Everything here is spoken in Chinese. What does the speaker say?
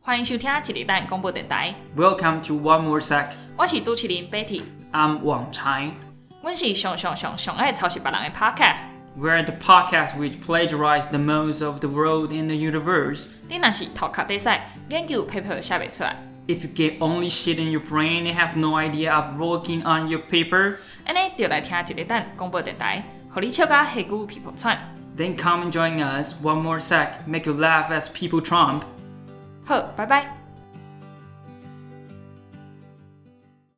欢迎收听一日咱广播电台， Welcome to One More Sec. 我是主持人 Betty， I'm Wang Chai. 阮是上上上上爱抄袭别人的 Podcast。 We're the podcast which plagiarized the most of the world in the universe. 你若是头壳底屎，研究 paper 写袂出来， If you get only shit in your brain and have no idea of working on your paper, 安尼就来听一日咱广播电台，互你笑甲黑骨皮破喘。 then come and join us. One More Sec. Make you laugh as people trump. 好，拜拜。